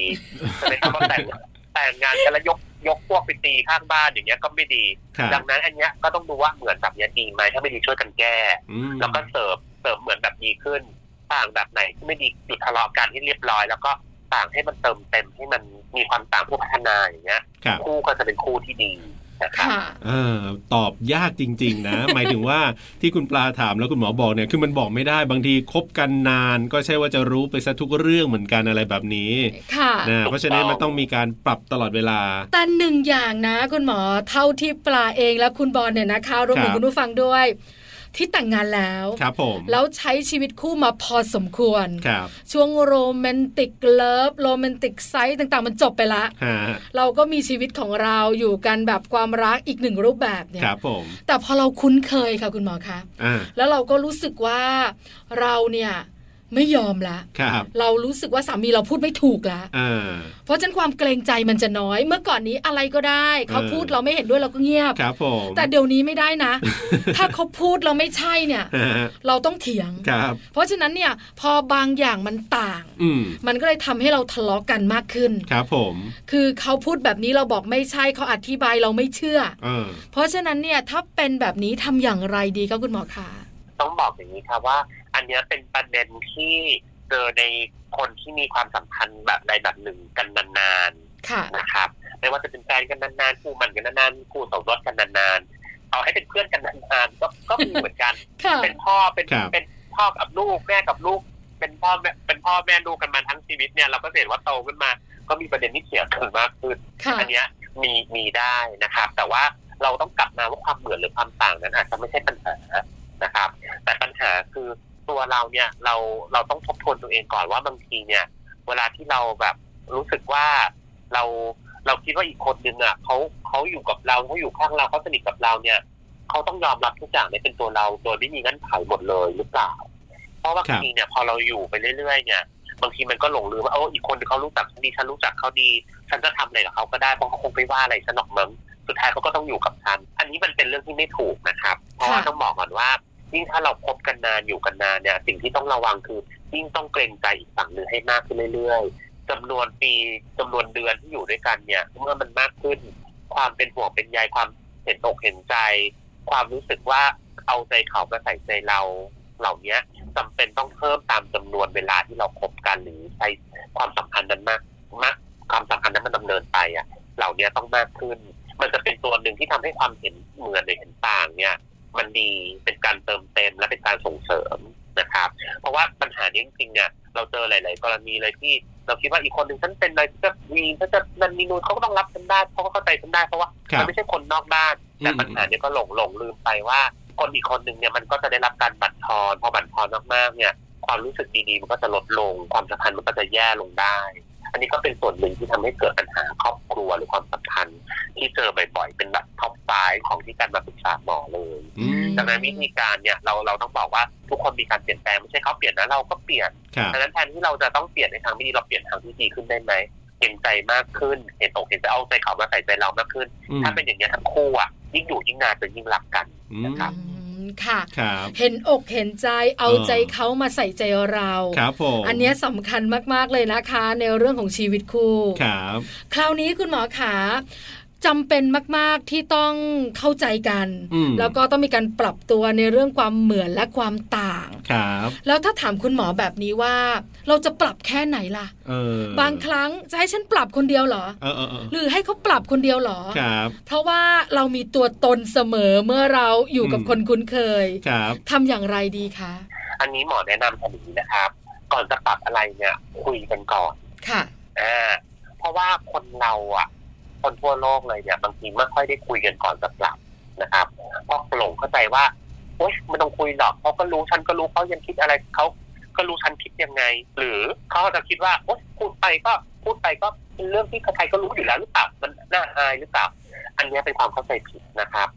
Speaker 5: ใช่ไหมครับว่าแต่ง แต่งงานกันแล้วยกยกพวกไปตีข้างบ้านอย่างเงี้ยก็ไม่ดี
Speaker 2: ครั
Speaker 5: ดั
Speaker 2: บ
Speaker 5: งนั้นอันเนี้ยก็ต้องดูว่าเหมือนแบบเนี้ยดีไหมถ้าไม่ดีช่วยกันแก้
Speaker 2: อืม
Speaker 5: แล้วก็เสริมเสริมเหมือนแบบดีขึ้น ต่างแบบไหนที่ไม่ดีหยุดทะเลาะกันให้เรียบร้อย แล้วก็ต่างให้มันเติมเต็มให้มันมีความต่างผู้พัฒนาอย่างเงี้ย
Speaker 2: ครับ
Speaker 5: คู่ก็จะเป็นคู่ที่ดีนะครับ
Speaker 1: ค่ะ
Speaker 2: เออตอบยากจริง ๆ นะ หมายถึงว่าที่คุณปลาถามแล้วคุณหมอบอกเนี่ยคือมันบอกไม่ได้บางทีคบกันนาน ก็ใช่ว่าจะรู้ไปซะทุกเรื่องเหมือนกันอะไรแบบนี้
Speaker 1: ค่ะ
Speaker 2: นะเพราะฉะนั้นมันต้องมีการปรับตลอดเวลา
Speaker 1: แต่หนึ่งอย่างนะคุณหมอเท่าที่ปลาเองและคุณบอลเนี่ยนะคะรวมถึ
Speaker 2: ครั
Speaker 1: ง
Speaker 2: บ
Speaker 1: คุณผู้ฟังด้วย ที่แต่งงานแล้ว
Speaker 2: ครับผม
Speaker 1: แล้วใช้ชีวิตคู่มาพอสมควร
Speaker 2: ครับ
Speaker 1: ช่วงโรแมนติกเลิฟโรแมนติกไซต์ต่างๆ มันจบไปละ
Speaker 2: ฮะ
Speaker 1: เราก็มีชีวิตของเราอยู่กันแบบความรักอีกหนึ่งรูปแบบเนี่ย
Speaker 2: ครับผม
Speaker 1: แต่พอเราคุ้นเคยค่ะคุณหมอคะ
Speaker 2: อ่า
Speaker 1: แล้วเราก็รู้สึกว่าเราเนี่ยไม่ยอมละ
Speaker 2: ครับ
Speaker 1: เรารู้สึกว่าสามีเราพูดไม่ถูกละ
Speaker 2: อ่า
Speaker 1: เพราะฉะนั้นความเกรงใจมันจะน้อย เมื่อก่อนนี้อะไรก็ได้ เขา
Speaker 2: เออ
Speaker 1: พูดเราไม่เห็นด้วยเราก็เงียบ
Speaker 2: ครับผม
Speaker 1: แต่เดี๋ยวนี้ไม่ได้ นะ ถ้าเขาพูดเราไม่ใช่เนี่ย
Speaker 2: ฮะ
Speaker 1: เราต้องเถียง
Speaker 2: ครับ
Speaker 1: เพราะฉะนั้นเนี่ยพอบางอย่างมันต่าง
Speaker 2: อืม
Speaker 1: มันก็เลยทำให้เราทะเลาะกันมากขึ้น
Speaker 2: ครับผม
Speaker 1: คือเขาพูดแบบนี้เราบอกไม่ใช่เขาอธิบายเราไม่เชื่อ
Speaker 2: เออ
Speaker 1: เพราะฉะนั้นเนี่ยถ้าเป็นแบบนี้ทำอย่างไรดีคะคุณหมอคะ
Speaker 5: ต้องบอกอย่างนี้ครับว่า อันเนี้ยเป็นประเด็นที่เจอในคนที่มีความสัมพันธ์แบบใดแบบหนึ่งกันนานๆ
Speaker 1: ค่ะ
Speaker 5: นะครับไม่ว่าจะเป็นแฟนกันนานๆคู่หมันกันนานๆคู่สมรสกันนานๆเอาให้เป็นเพื่อนกันนานๆก็ก็มีเหมือนกัน
Speaker 1: ค่ะ
Speaker 5: เป็นพ่อเป็นเป็นพ่อกับลูกแม่กับลูก เป็นพ่อแม่เป็นพ่อแม่ลูกกันมาทั้งชีวิตเนี่ยเราก็จะเห็นว่าโตขึ้นมา ก็มีประเด็นที่เถียงกันมากขึ้น
Speaker 1: ค่ะ
Speaker 5: อันเนี้ยมีมีได้นะครับ แต่ว่าเราต้องกลับมาว่าความเหมือนหรือความต่างนั้นอาจจะไม่ใช่ปัญหานะครับ แต่ปัญหาคือตัวเราเนี่ยเราเราต้องทบทวนตัวเองก่อนว่าบางทีเนี่ย เวลาที่เราแบบรู้สึกว่าเราเราคิดว่าอีกคนนึงอ่ะเขาเขาอยู่กับเราเขาอยู่ข้างเราเขาสนิทกับเราเนี่ยเขาต้องยอมรับทุกอย่างในเป็นตัวเรา โดยไม่มีเงื่อนไขหมดเลยหรือเปล่า เพราะว่าบางทีเนี่ยพอเราอยู่ไปเรื่อยๆเนี่ย บางทีมันก็หลงลืมว่าเอออีกคนเขารู้จักฉันดีฉันรู้จักเขาดี ฉันจะทำอะไรกับเขาก็ได้เพราะเขาคงไม่ว่าอะไรฉันหรอกมั้งสุดท้ายเขาก็ต้องอยู่กับฉัน อันนี้มันเป็นเรื่องที่ไม่ถูกนะครับ เพราะว่า
Speaker 1: ค่ะ
Speaker 5: ต้องบอกก่อนว่ายิ่งถ้าเราคบกันนานอยู่กันนานเนี่ย สิ่งที่ต้องระวังคือยิ่งต้องเกรงใจอีกฝั่งหนึ่งให้มากขึ้นเรื่อยๆจำนวนปีจำนวนเดือนที่อยู่ด้วยกันเนี่ย เมื่อมันมากขึ้น ความเป็นห่วงเป็นใยความเห็นอกเห็นใจ ความรู้สึกว่าเอาใจเขามาใส่ใจเราเหล่าเนี้ยจำเป็นต้องเพิ่มตามจำนวนเวลาที่เราคบกันหรือใช้ความสัมพันธ์นั้นมากมาก ความสัมพันธ์นั้นมันดำเนินไปอ่ะเหล่านี้ต้องมากขึ้น มันจะเป็นตัวหนึ่งที่ทำให้ความเห็นเหมือนหรือเห็นต่างเนี่ย มันดีเป็นการเติมเต็มและเป็นการส่งเสริมนะครับ เพราะว่าปัญหานี้จริงๆเนี่ยเราเจอหลาย ๆ กรณีเลยที่ เราคิดว่าอีกคนหนึ่งฉันเป็นอะไรฉันจะมีฉันจะนันมีนูนเขาก็ต้องรับฉันได้เขาก็เข้าใจฉันได้เพราะว่า
Speaker 2: ครับ
Speaker 5: มันไม่ใช่คนนอกบ้านแต่
Speaker 2: อืม
Speaker 5: ปัญหาเนี่ยก็หลงหลงลืมไปว่า คนอีกคนหนึ่งเนี่ยมันก็จะได้รับการบั่นทอนพอบั่นทอนมากๆเนี่ย ความรู้สึกดีๆมันก็จะลดลง ความสัมพันธ์มันก็จะแย่ลงได้ อันนี้ก็เป็นส่วนหนึ่งที่ทำให้เกิดปัญหาครอบครัวหรือความสัมพันธ์ที่เจอบ่อยๆ เป็นแบบท็อปไฟของที่การมาปรึกษาหมอเลย
Speaker 2: อืม
Speaker 5: ดังนั้นวิธีการเนี่ยเราเราต้องบอกว่าทุกคนมีการเปลี่ยนแปลงไม่ใช่เขาเปลี่ยนนะเราก็เปลี่ยน
Speaker 2: ครับ
Speaker 5: ดังนั้นแทนที่เราจะต้องเปลี่ยนในทางที่ดีเราเปลี่ยนทางที่ดีขึ้นได้ไหมเห็นใจมากขึ้น เห็นอกเห็นใจเอาใจเขามาใส่ใจเรามากขึ้น
Speaker 2: อืม
Speaker 5: ถ้าเป็นอย่างนี้ยทั้งคู่อ่ะยิ่งอยู่ยิ่งนานจะยิ่งรักกัน
Speaker 2: อืม
Speaker 5: ครับ
Speaker 1: อืมค่ะ
Speaker 2: ครับ
Speaker 1: เห็นอกเห็นใจเอา
Speaker 2: เออ
Speaker 1: ใจเขามาใส่ใจเรา
Speaker 2: ครับผม
Speaker 1: อันเนี้ยสำคัญมากๆเลยนะคะ ในเรื่องของชีวิตคู่
Speaker 2: ครับ
Speaker 1: คราวนี้คุณหมอขาจำเป็นมากๆที่ต้องเข้าใจกัน
Speaker 2: อืม
Speaker 1: แล้วก็ต้องมีการปรับตัวในเรื่องความเหมือนและความต่าง
Speaker 2: ครับ
Speaker 1: แล้วถ้าถามคุณหมอแบบนี้ว่า เราจะปรับแค่ไหนล่ะ
Speaker 2: เออบ
Speaker 1: างครั้งจะให้ฉันปรับคนเดียวเหรอ
Speaker 2: เออเออเออ
Speaker 1: หรือให้เขาปรับคนเดียวเหรอ
Speaker 2: ครับ
Speaker 1: เพราะว่าเรามีตัวตนเสมอเมื่อเราอยู่กับ
Speaker 2: อืม
Speaker 1: คนคุ้นเคย
Speaker 2: ครับ
Speaker 1: ทำอย่างไรดีคะ
Speaker 5: อันนี้หมอแนะนำทำอย่างนี้นะครับ ก่อนจะปรับอะไรเนี่ยคุยกันก่อน
Speaker 1: ค่ะ
Speaker 5: อ่าเพราะว่าคนเราอ่ะ คนทั่วโลกเลยเนี่ยบางทีไม่ค่อยได้คุยกันก่อนจะปรับนะครับเพราะหลงเข้าใจว่าโอ๊ยไม่ต้องคุยหรอกเขาก็รู้ฉันก็รู้เขายังคิดอะไรเขาก็รู้ฉันคิดยังไง หรือเขาอาจจะคิดว่าโอ๊ยพูดไปก็พูดไปก็เป็นเรื่องที่ใครๆก็รู้อยู่แล้วหรือเปล่ามันน่าอายหรือเปล่าอันเนี้ยเป็นความเข้าใจผิดนะครับ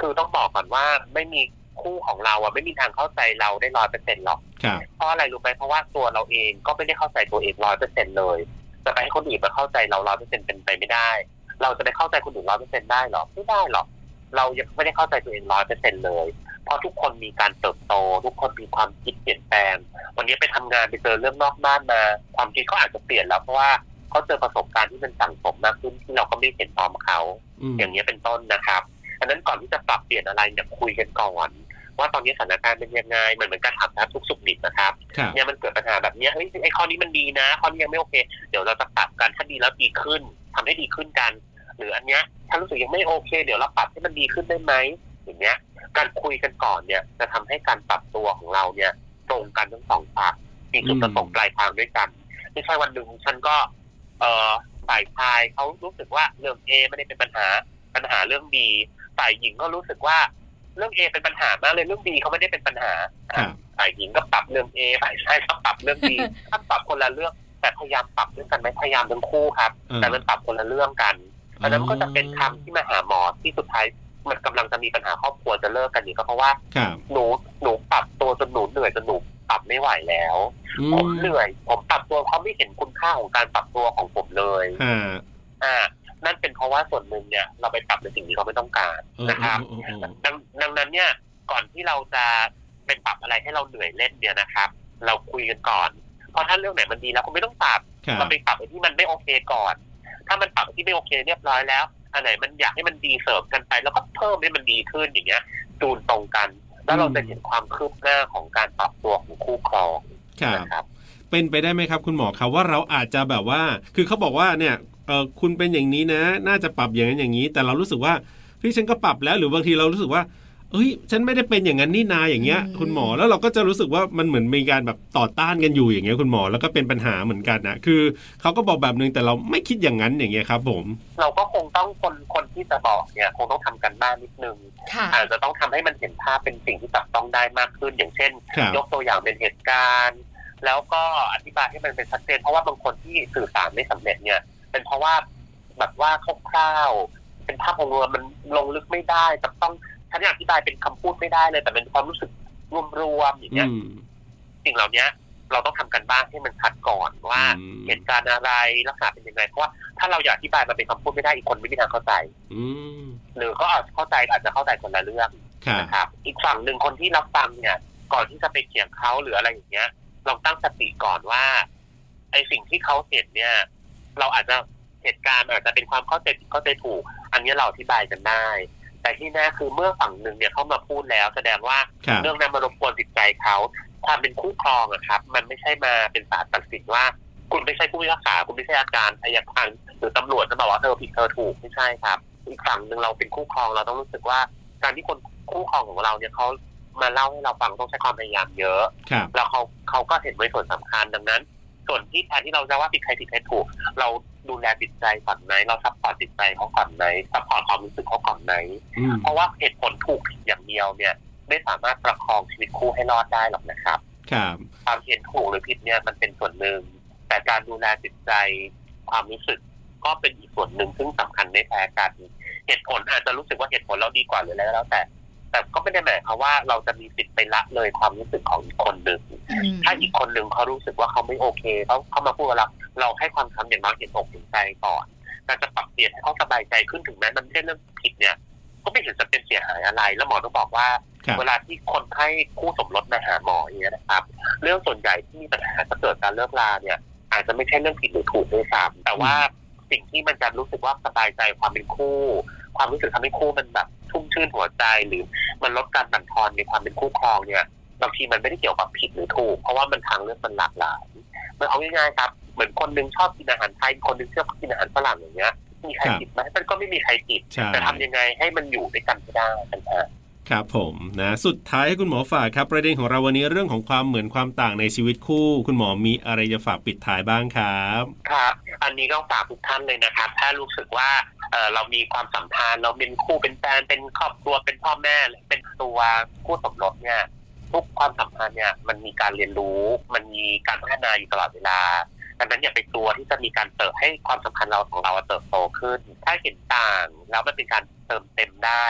Speaker 5: คือต้องบอกก่อนว่าไม่มีคู่ของเราอ่ะไม่มีทางเข้าใจเราได้ร้อยเปอร์เซ็นต์หรอก
Speaker 2: ครับ
Speaker 5: เพราะอะไรรู้ไหมเพราะว่าตัวเราเองก็ไม่ได้เข้าใจตัวเองร้อยเปอร์เซ็นเลยจะไปให้คนอื่นมาเข้าใจเราร้อยเปอร์เซ็นเป็นไปไม่ได้ เราจะไปเข้าใจคนอื่นร้อยเปอร์เซ็นได้หรอไม่ได้หรอกเรายังไม่ได้เข้าใจตัวเองร้อยเปอร์เซ็นเลย เพราะทุกคนมีการเติบโต ทุกคนมีความคิดเปลี่ยนแปลง วันนี้ไปทำงานไปเจอเรื่องนอกบ้านมา ความคิดเขาอาจจะเปลี่ยนแล้วเพราะว่าเขาเจอประสบการณ์ที่มันสั่งสมมากขึ้นที่เราก็ไม่เห็นพร้อมเขา
Speaker 2: ม
Speaker 5: อย่างนี้ยเป็นต้นนะครับอันนั้นก่อนที่จะปรับเปลี่ยนอะไรเนี่ยคุยกันก่อน ว่าตอนนี้สถานการณ์เป็นยังไงเหมือนเหมือนการถามทุกสุขดิบนะครับ
Speaker 2: ครับ
Speaker 5: เนี่ยมันเกิดปัญหาแบบเนี้ยเฮ้ยไอ้ข้อนี้มันดีนะข้อนี้ยังไม่โอเค เดี๋ยวเราจะปรับกันถ้าดีแล้วดีขึ้นทำให้ดีขึ้นกัน หรืออันเนี้ยถ้ารู้สึกยังไม่โอเค เดี๋ยวเราปรับให้มันดีขึ้นได้ไหมอย่างเงี้ย การคุยกันก่อนเนี่ยจะทำให้การปรับตัวของเราเนี่ย ตรงกันทั้งสองฝ่ายมีจุดประสงค์ปลายทางด้วยกันไม่ใช่วันหนึ่งฉันก็ เออฝ่ายชายเขารู้สึกว่าเรื่อง A ไม่ได้เป็นปัญหาปัญหาเรื่อง B ฝ่ายหญิงก็รู้สึกว่าเรื่อง A เป็นปัญหามากเลยเรื่อง B เขาไม่ได้เป็นปัญหา
Speaker 2: ครับ
Speaker 5: ฝ่ายหญิงก็ปรับเรื่อง A ฝ่ายชายก็ปรับเรื่อง B ถ้าปรับคนละเรื่อง แต่พยายามปรับด้วยกันไหมพยายามทั้งคู่ครับ
Speaker 2: เออ
Speaker 5: แต่มันปรับคนละเรื่องกันเพราะฉะนั้นมันก็จะเป็นคำที่มาหาหมอที่สุดท้ายมันกำลังจะมีปัญหาครอบครัวจะเลิกกันอีกก็เพราะว่า
Speaker 2: ครับ
Speaker 5: หนูหนูปรับตัวจนหนูเหนื่อยจนหนูปรับไม่ไหวแล้ว
Speaker 2: อื
Speaker 5: ผม
Speaker 2: ม
Speaker 5: เหนื่อย ผมปรับตัวเขาไม่เห็นคุณค่าของการปรับตัวของผมเลย
Speaker 2: ฮะ
Speaker 5: อ่า นั่นเป็นเพราะว่าส่วนหนึ่งเนี่ย เราไปปรับในสิ่งที่เขาไม่ต้องการ
Speaker 2: เออ
Speaker 5: นะครับ
Speaker 2: เออเออเออ
Speaker 5: ดังดังนั้นเนี่ยก่อนที่เราจะไปปรับอะไรให้เราเหนื่อยเล่นเนี่ยนะครับ เราคุยกันก่อน เพราะถ้าเรื่องไหนมันดีแล้วก็ไม่ต้องปรับ
Speaker 2: ครับ
Speaker 5: เราไปปรับไอ้ที่มันไม่โอเคก่อน ถ้ามันปรับไอ้ที่ไม่โอเคเรียบร้อยแล้วอันไหนมันอยากให้มันดีเสริมกันไป แล้วก็เพิ่มให้มันดีขึ้นอย่างเงี้ยจูนตรงกัน แล้วเราจะเห็นความคืบหน้าของการปรับตัวของคู่ครอง
Speaker 2: ครับ
Speaker 5: นะครับ
Speaker 2: เป็นไปได้ไหมครับคุณหมอครับว่าเราอาจจะแบบว่า คือเขาบอกว่าเนี่ยเออคุณเป็นอย่างนี้นะ น่าจะปรับอย่างนั้นอย่างนี้ แต่เรารู้สึกว่าเฮ้ยฉันก็ปรับแล้วหรือบางทีเรารู้สึกว่าเอ้ย ฉันไม่ได้เป็นอย่างนั้นนี่นาอย่างเงี้ย
Speaker 1: อืม
Speaker 2: คุณหมอแล้วเราก็จะรู้สึกว่ามันเหมือนมีการแบบต่อต้านกันอยู่อย่างเงี้ยคุณหมอแล้วก็เป็นปัญหาเหมือนกันนะคือเขาก็บอกแบบนึงแต่เราไม่คิดอย่างนั้นอย่างเงี้ยครับ ผม
Speaker 5: เราก็คงต้องคนคนที่จะบอกเนี่ยคงต้องทำกันบ้านนิดนึง
Speaker 1: ค่ะ
Speaker 5: อาจจะต้องทำให้มันเห็นภาพเป็นสิ่งที่จับต้องได้มากขึ้น อย่างเช่น
Speaker 2: ครับ
Speaker 5: ยกตัวอย่างเป็นเหตุการณ์ แล้วก็อธิบายให้มันเป็นชัดเจน เพราะว่าบางคนที่สื่อสารไม่สำเร็จเนี่ย เป็นเพราะว่าแบบว่าคร่าวๆเป็นภาพองค์รวมมันลงลึกไม่ได้จับต้องฉันอธิบายเป็นคำพูดไม่ได้เลย แต่เป็นความรู้สึกรวมๆอย่าง
Speaker 2: อื
Speaker 5: เงี้ย
Speaker 2: ม
Speaker 5: สิ่งเหล่านี้เราต้องทำกันบ้านให้มันชัดก่อนว่า
Speaker 2: อืม
Speaker 5: เหตุการณ์อะไรลักษณะเป็นยังไงเพราะว่าถ้าเราอยากอธิบายมันเป็นคำพูดไม่ได้อีกคนไม่มีทางเข้าใจ
Speaker 2: อืม
Speaker 5: หรือก็อาจจะเข้าใจอาจจะเข้าใจคนละเรื่อง
Speaker 2: ครับ
Speaker 5: นะครับอีกฝั่งหนึ่งคนที่รับฟังเนี่ย ก่อนที่จะไปเถียงเขาหรืออะไรอย่างเงี้ยลองตั้งสติก่อนว่าไอสิ่งที่เขาเห็นเนี่ย เราอาจจะเหตุการณ์อาจจะเป็นความเข้าใจผิดเข้าใจถูก อันเนี้ยเราอธิบายกันได้ แต่ที่แน่คือเมื่อฝั่งหนึ่งเนี่ยเขามาพูดแล้ว แสดงว่า
Speaker 2: ครับ
Speaker 5: เรื่องนั้นมารบกวนจิตใจเขาความเป็นคู่ครองอะครับ มันไม่ใช่มาเป็นศาลตัดสินว่า คุณไม่ใช่ผู้พิพากษาคุณไม่ใช่อาจารย์อายการหรือตำรวจจะบอกว่าเธอผิดเธอถูกไม่ใช่ครับ อีกฝั่งหนึ่งเราเป็นคู่ครองเราต้องรู้สึกว่า การที่คนคู่ครองของเราเนี่ยเขามาเล่าให้เราฟังต้องใช้ความพยายามเยอะ
Speaker 2: ครับ
Speaker 5: แล้วเขาเขาก็เห็นไว้ส่วนสำคัญดังนั้น ส่วนที่แทนที่เราจะว่าผิดใครผิดใครถูก เราดูแลจิตใจก่อนไหมเราซัพพอร์ตจิตใจเขาก่อนไหมซัพพอร์ตความรู้สึกเขาก่อนไหม
Speaker 2: อืม
Speaker 5: เพราะว่าเหตุผลถูกผิดอย่างเดียวเนี่ย ไม่สามารถประคองชีวิตคู่ให้รอดได้หรอกนะครับ
Speaker 2: ครับ
Speaker 5: ความเห็นถูกหรือผิดเนี่ยมันเป็นส่วนหนึ่ง แต่การดูแลจิตใจความรู้สึกก็เป็นอีกส่วนหนึ่งซึ่งสำคัญไม่แพ้กัน เหตุผลอาจจะรู้สึกว่าเหตุผลเราดีกว่าหรืออะไรก็แล้วแต่ แต่ก็ไม่ได้หมายความว่าเราจะมีสิทธิ์ไปละเลยความรู้สึกของอีกคนหนึ่ง
Speaker 1: อืม
Speaker 5: ถ้าอีกคนหนึ่งเขารู้สึกว่าเขาไม่โอเคเขาเขามาพูดกับเราเราให้ความคำอย่างน้อยเห็นอกเห็นใจก่อนเราจะปรับเปลี่ยนให้เขาสบายใจขึ้นถึงแม้มันไม่ใช่เรื่องผิดเนี่ย ก็ไม่เห็นจะเป็นเสียหายอะไร แล้วหมอต้องบอกว่า
Speaker 2: ครับ
Speaker 5: เวลาที่คนไข้คู่สมรสมาหาหมออย่างเงี้ยนะครับ เรื่องส่วนใหญ่ที่มีปัญหาจะเกิดการเลิกลาเนี่ย อาจจะไม่ใช่เรื่องผิดหรือถูกด้วยซ้ำแต่ว่าสิ่งที่มันจะรู้สึกว่าสบายใจความเป็นคู่ ความรู้สึกทำให้คู่มันแบบชุ่มชื่นหัวใจหรือมันลดการบั่นทอนในความเป็นคู่ครองเนี่ย บางทีมันไม่ได้เกี่ยวกับผิดหรือถูก เพราะว่ามันทางเลือกมันหลากหลายมันเอาง่ายๆครับ เหมือนคนหนึงชอบกินอาหารไทยคนหนึงชอบกินอาหารฝรั่งอย่างเงี้ย มีใคร
Speaker 2: ครับ
Speaker 5: ผิดไหมมันก็ไม่มีใครผิด
Speaker 2: ใช่
Speaker 5: แต่ทำยังไงให้มันอยู่ด้วยกันให้ได้ปัญหา
Speaker 2: ครับผมนะสุดท้ายให้คุณหมอฝากครับ ประเด็นของเราวันนี้เรื่องของความเหมือนความต่างในชีวิตคู่ คุณหมอมีอะไรจะฝากปิดท้ายบ้างครับ
Speaker 5: ครับ อันนี้ก็ฝากทุกท่านเลยนะครับ ถ้ารู้สึกว่าเอ่อเรามีความสัมพันธ์เราเป็นคู่เป็นแฟนเป็นครอบครัวเป็นพ่อแม่เป็นตัวคู่สมรสเนี่ยทุกความสัมพันธ์เนี่ยมันมีการเรียนรู้ มันมีการพัฒนาอยู่ตลอดเวลาดังนั้นอย่าไปกลัวที่จะมีการเติบให้ความสัมพันธ์เราของเราเติบโตขึ้น ถ้าเห็นต่างแล้วมันเป็นการเติมเต็มได้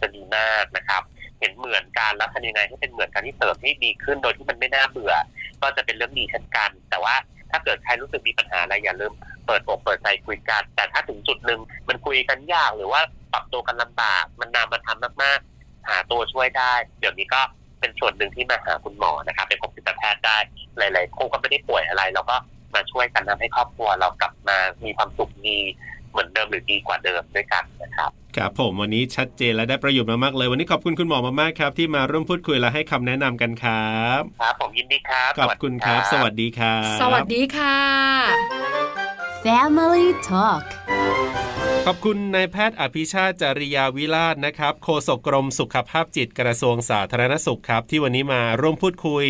Speaker 5: จะดีมากนะครับ เห็นเหมือนกันแล้วทำยังไงให้เป็นเหมือนกันที่เติมให้ดีขึ้นโดยที่มันไม่น่าเบื่อ ก็จะเป็นเรื่องดีเช่นกัน แต่ว่าถ้าเกิดใครรู้สึกมีปัญหาอะไรอย่าลืมเปิดอกเปิดใจคุยกัน แต่ถ้าถึงจุดหนึ่งมันคุยกันยากหรือว่าปรับตัวกันลำบากมันนามมาทำมากๆ หาตัวช่วยได้ เดี๋ยวนี้ก็เป็นส่วนหนึ่งที่มาหาคุณหมอนะครับไปพบจิตแพทย์ได้หลายๆคู่ก็ไม่ได้ป่วยอะไร แล้วก็มาช่วยกันทำให้ครอบครัวเรากลับมามีความสุขดีเหมือนเดิมหรือดีกว่าเดิมด้วยกันนะครับ
Speaker 2: ครับผมวันนี้ชัดเจนและได้ประโยชน์มากๆเลย วันนี้ขอบคุณคุณหมอมากๆครับ ที่มาร่วมพูดคุยและให้คำแนะนำกันครับ
Speaker 5: ครับผมยินดีครับ
Speaker 2: ขอบคุณครับ สวัสดีครับ
Speaker 1: สวัสดีค่ะ
Speaker 4: Family Talk
Speaker 2: ขอบคุณนายแพทย์อภิชาติจริยาวิลาศนะครับโฆษกกรมสุขภาพจิตกระทรวงสาธารณสุขครับ ที่วันนี้มาร่วมพูดคุย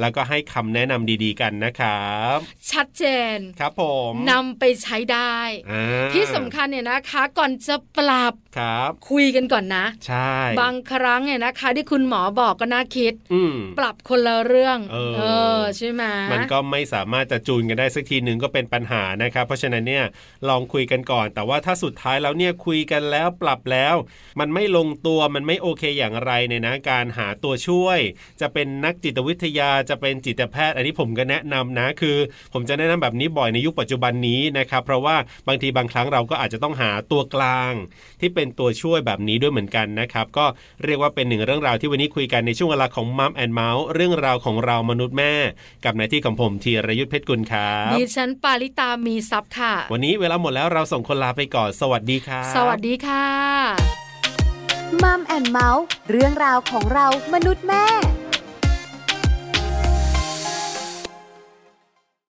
Speaker 2: แล้วก็ให้คำแนะนำดีๆกันนะครับ
Speaker 1: ชัดเจน
Speaker 2: ครับผม
Speaker 1: นำไปใช้ได้
Speaker 2: อ่า
Speaker 1: ที่สำคัญเนี่ยนะคะ ก่อนจะปรับ
Speaker 2: ครับ
Speaker 1: คุยกันก่อนนะ
Speaker 2: ใช่
Speaker 1: บางครั้งเนี่ยนะคะ ที่คุณหมอบอกก็น่าคิด
Speaker 2: อืม
Speaker 1: ปรับคนละเรื่อง
Speaker 2: เออ
Speaker 1: ใช่ไหม
Speaker 2: มันก็ไม่สามารถจะจูนกันได้สักทีหนึ่งก็เป็นปัญหานะครับ เพราะฉะนั้นเนี่ยลองคุยกันก่อน แต่ว่าถ้าสุดท้ายแล้วเนี่ยคุยกันแล้วปรับแล้ว มันไม่ลงตัวมันไม่โอเคอย่างไรเนี่ยนะการหาตัวช่วย จะเป็นนักจิตวิทยาจะเป็นจิตแพทย์ อันนี้ผมก็แนะนำนะคือ ผมจะแนะนำแบบนี้บ่อยในยุคปัจจุบันนี้นะครับเพราะว่าบางทีบางครั้งเราก็อาจจะต้องหาตัวกลาง ที่เป็นตัวช่วยแบบนี้ด้วยเหมือนกันนะครับ ก็เรียกว่าเป็นหนึ่งเรื่องราวที่วันนี้คุยกันในช่วงเวลาของมัมแอนเมาส์เรื่องราวของเรามนุษย์แม่ กับนายที่ของผมธีรยุทธเพชรกุลครับ
Speaker 1: ดิฉันปาริตามีซับค่ะ
Speaker 2: วันนี้เวลาหมดแล้วเราส่งคนลาไปก่อน สวัสดีครับ
Speaker 1: สวัสดีค่ะ
Speaker 4: มัมแอนเมาส์เรื่องราวของเรามนุษย์แม่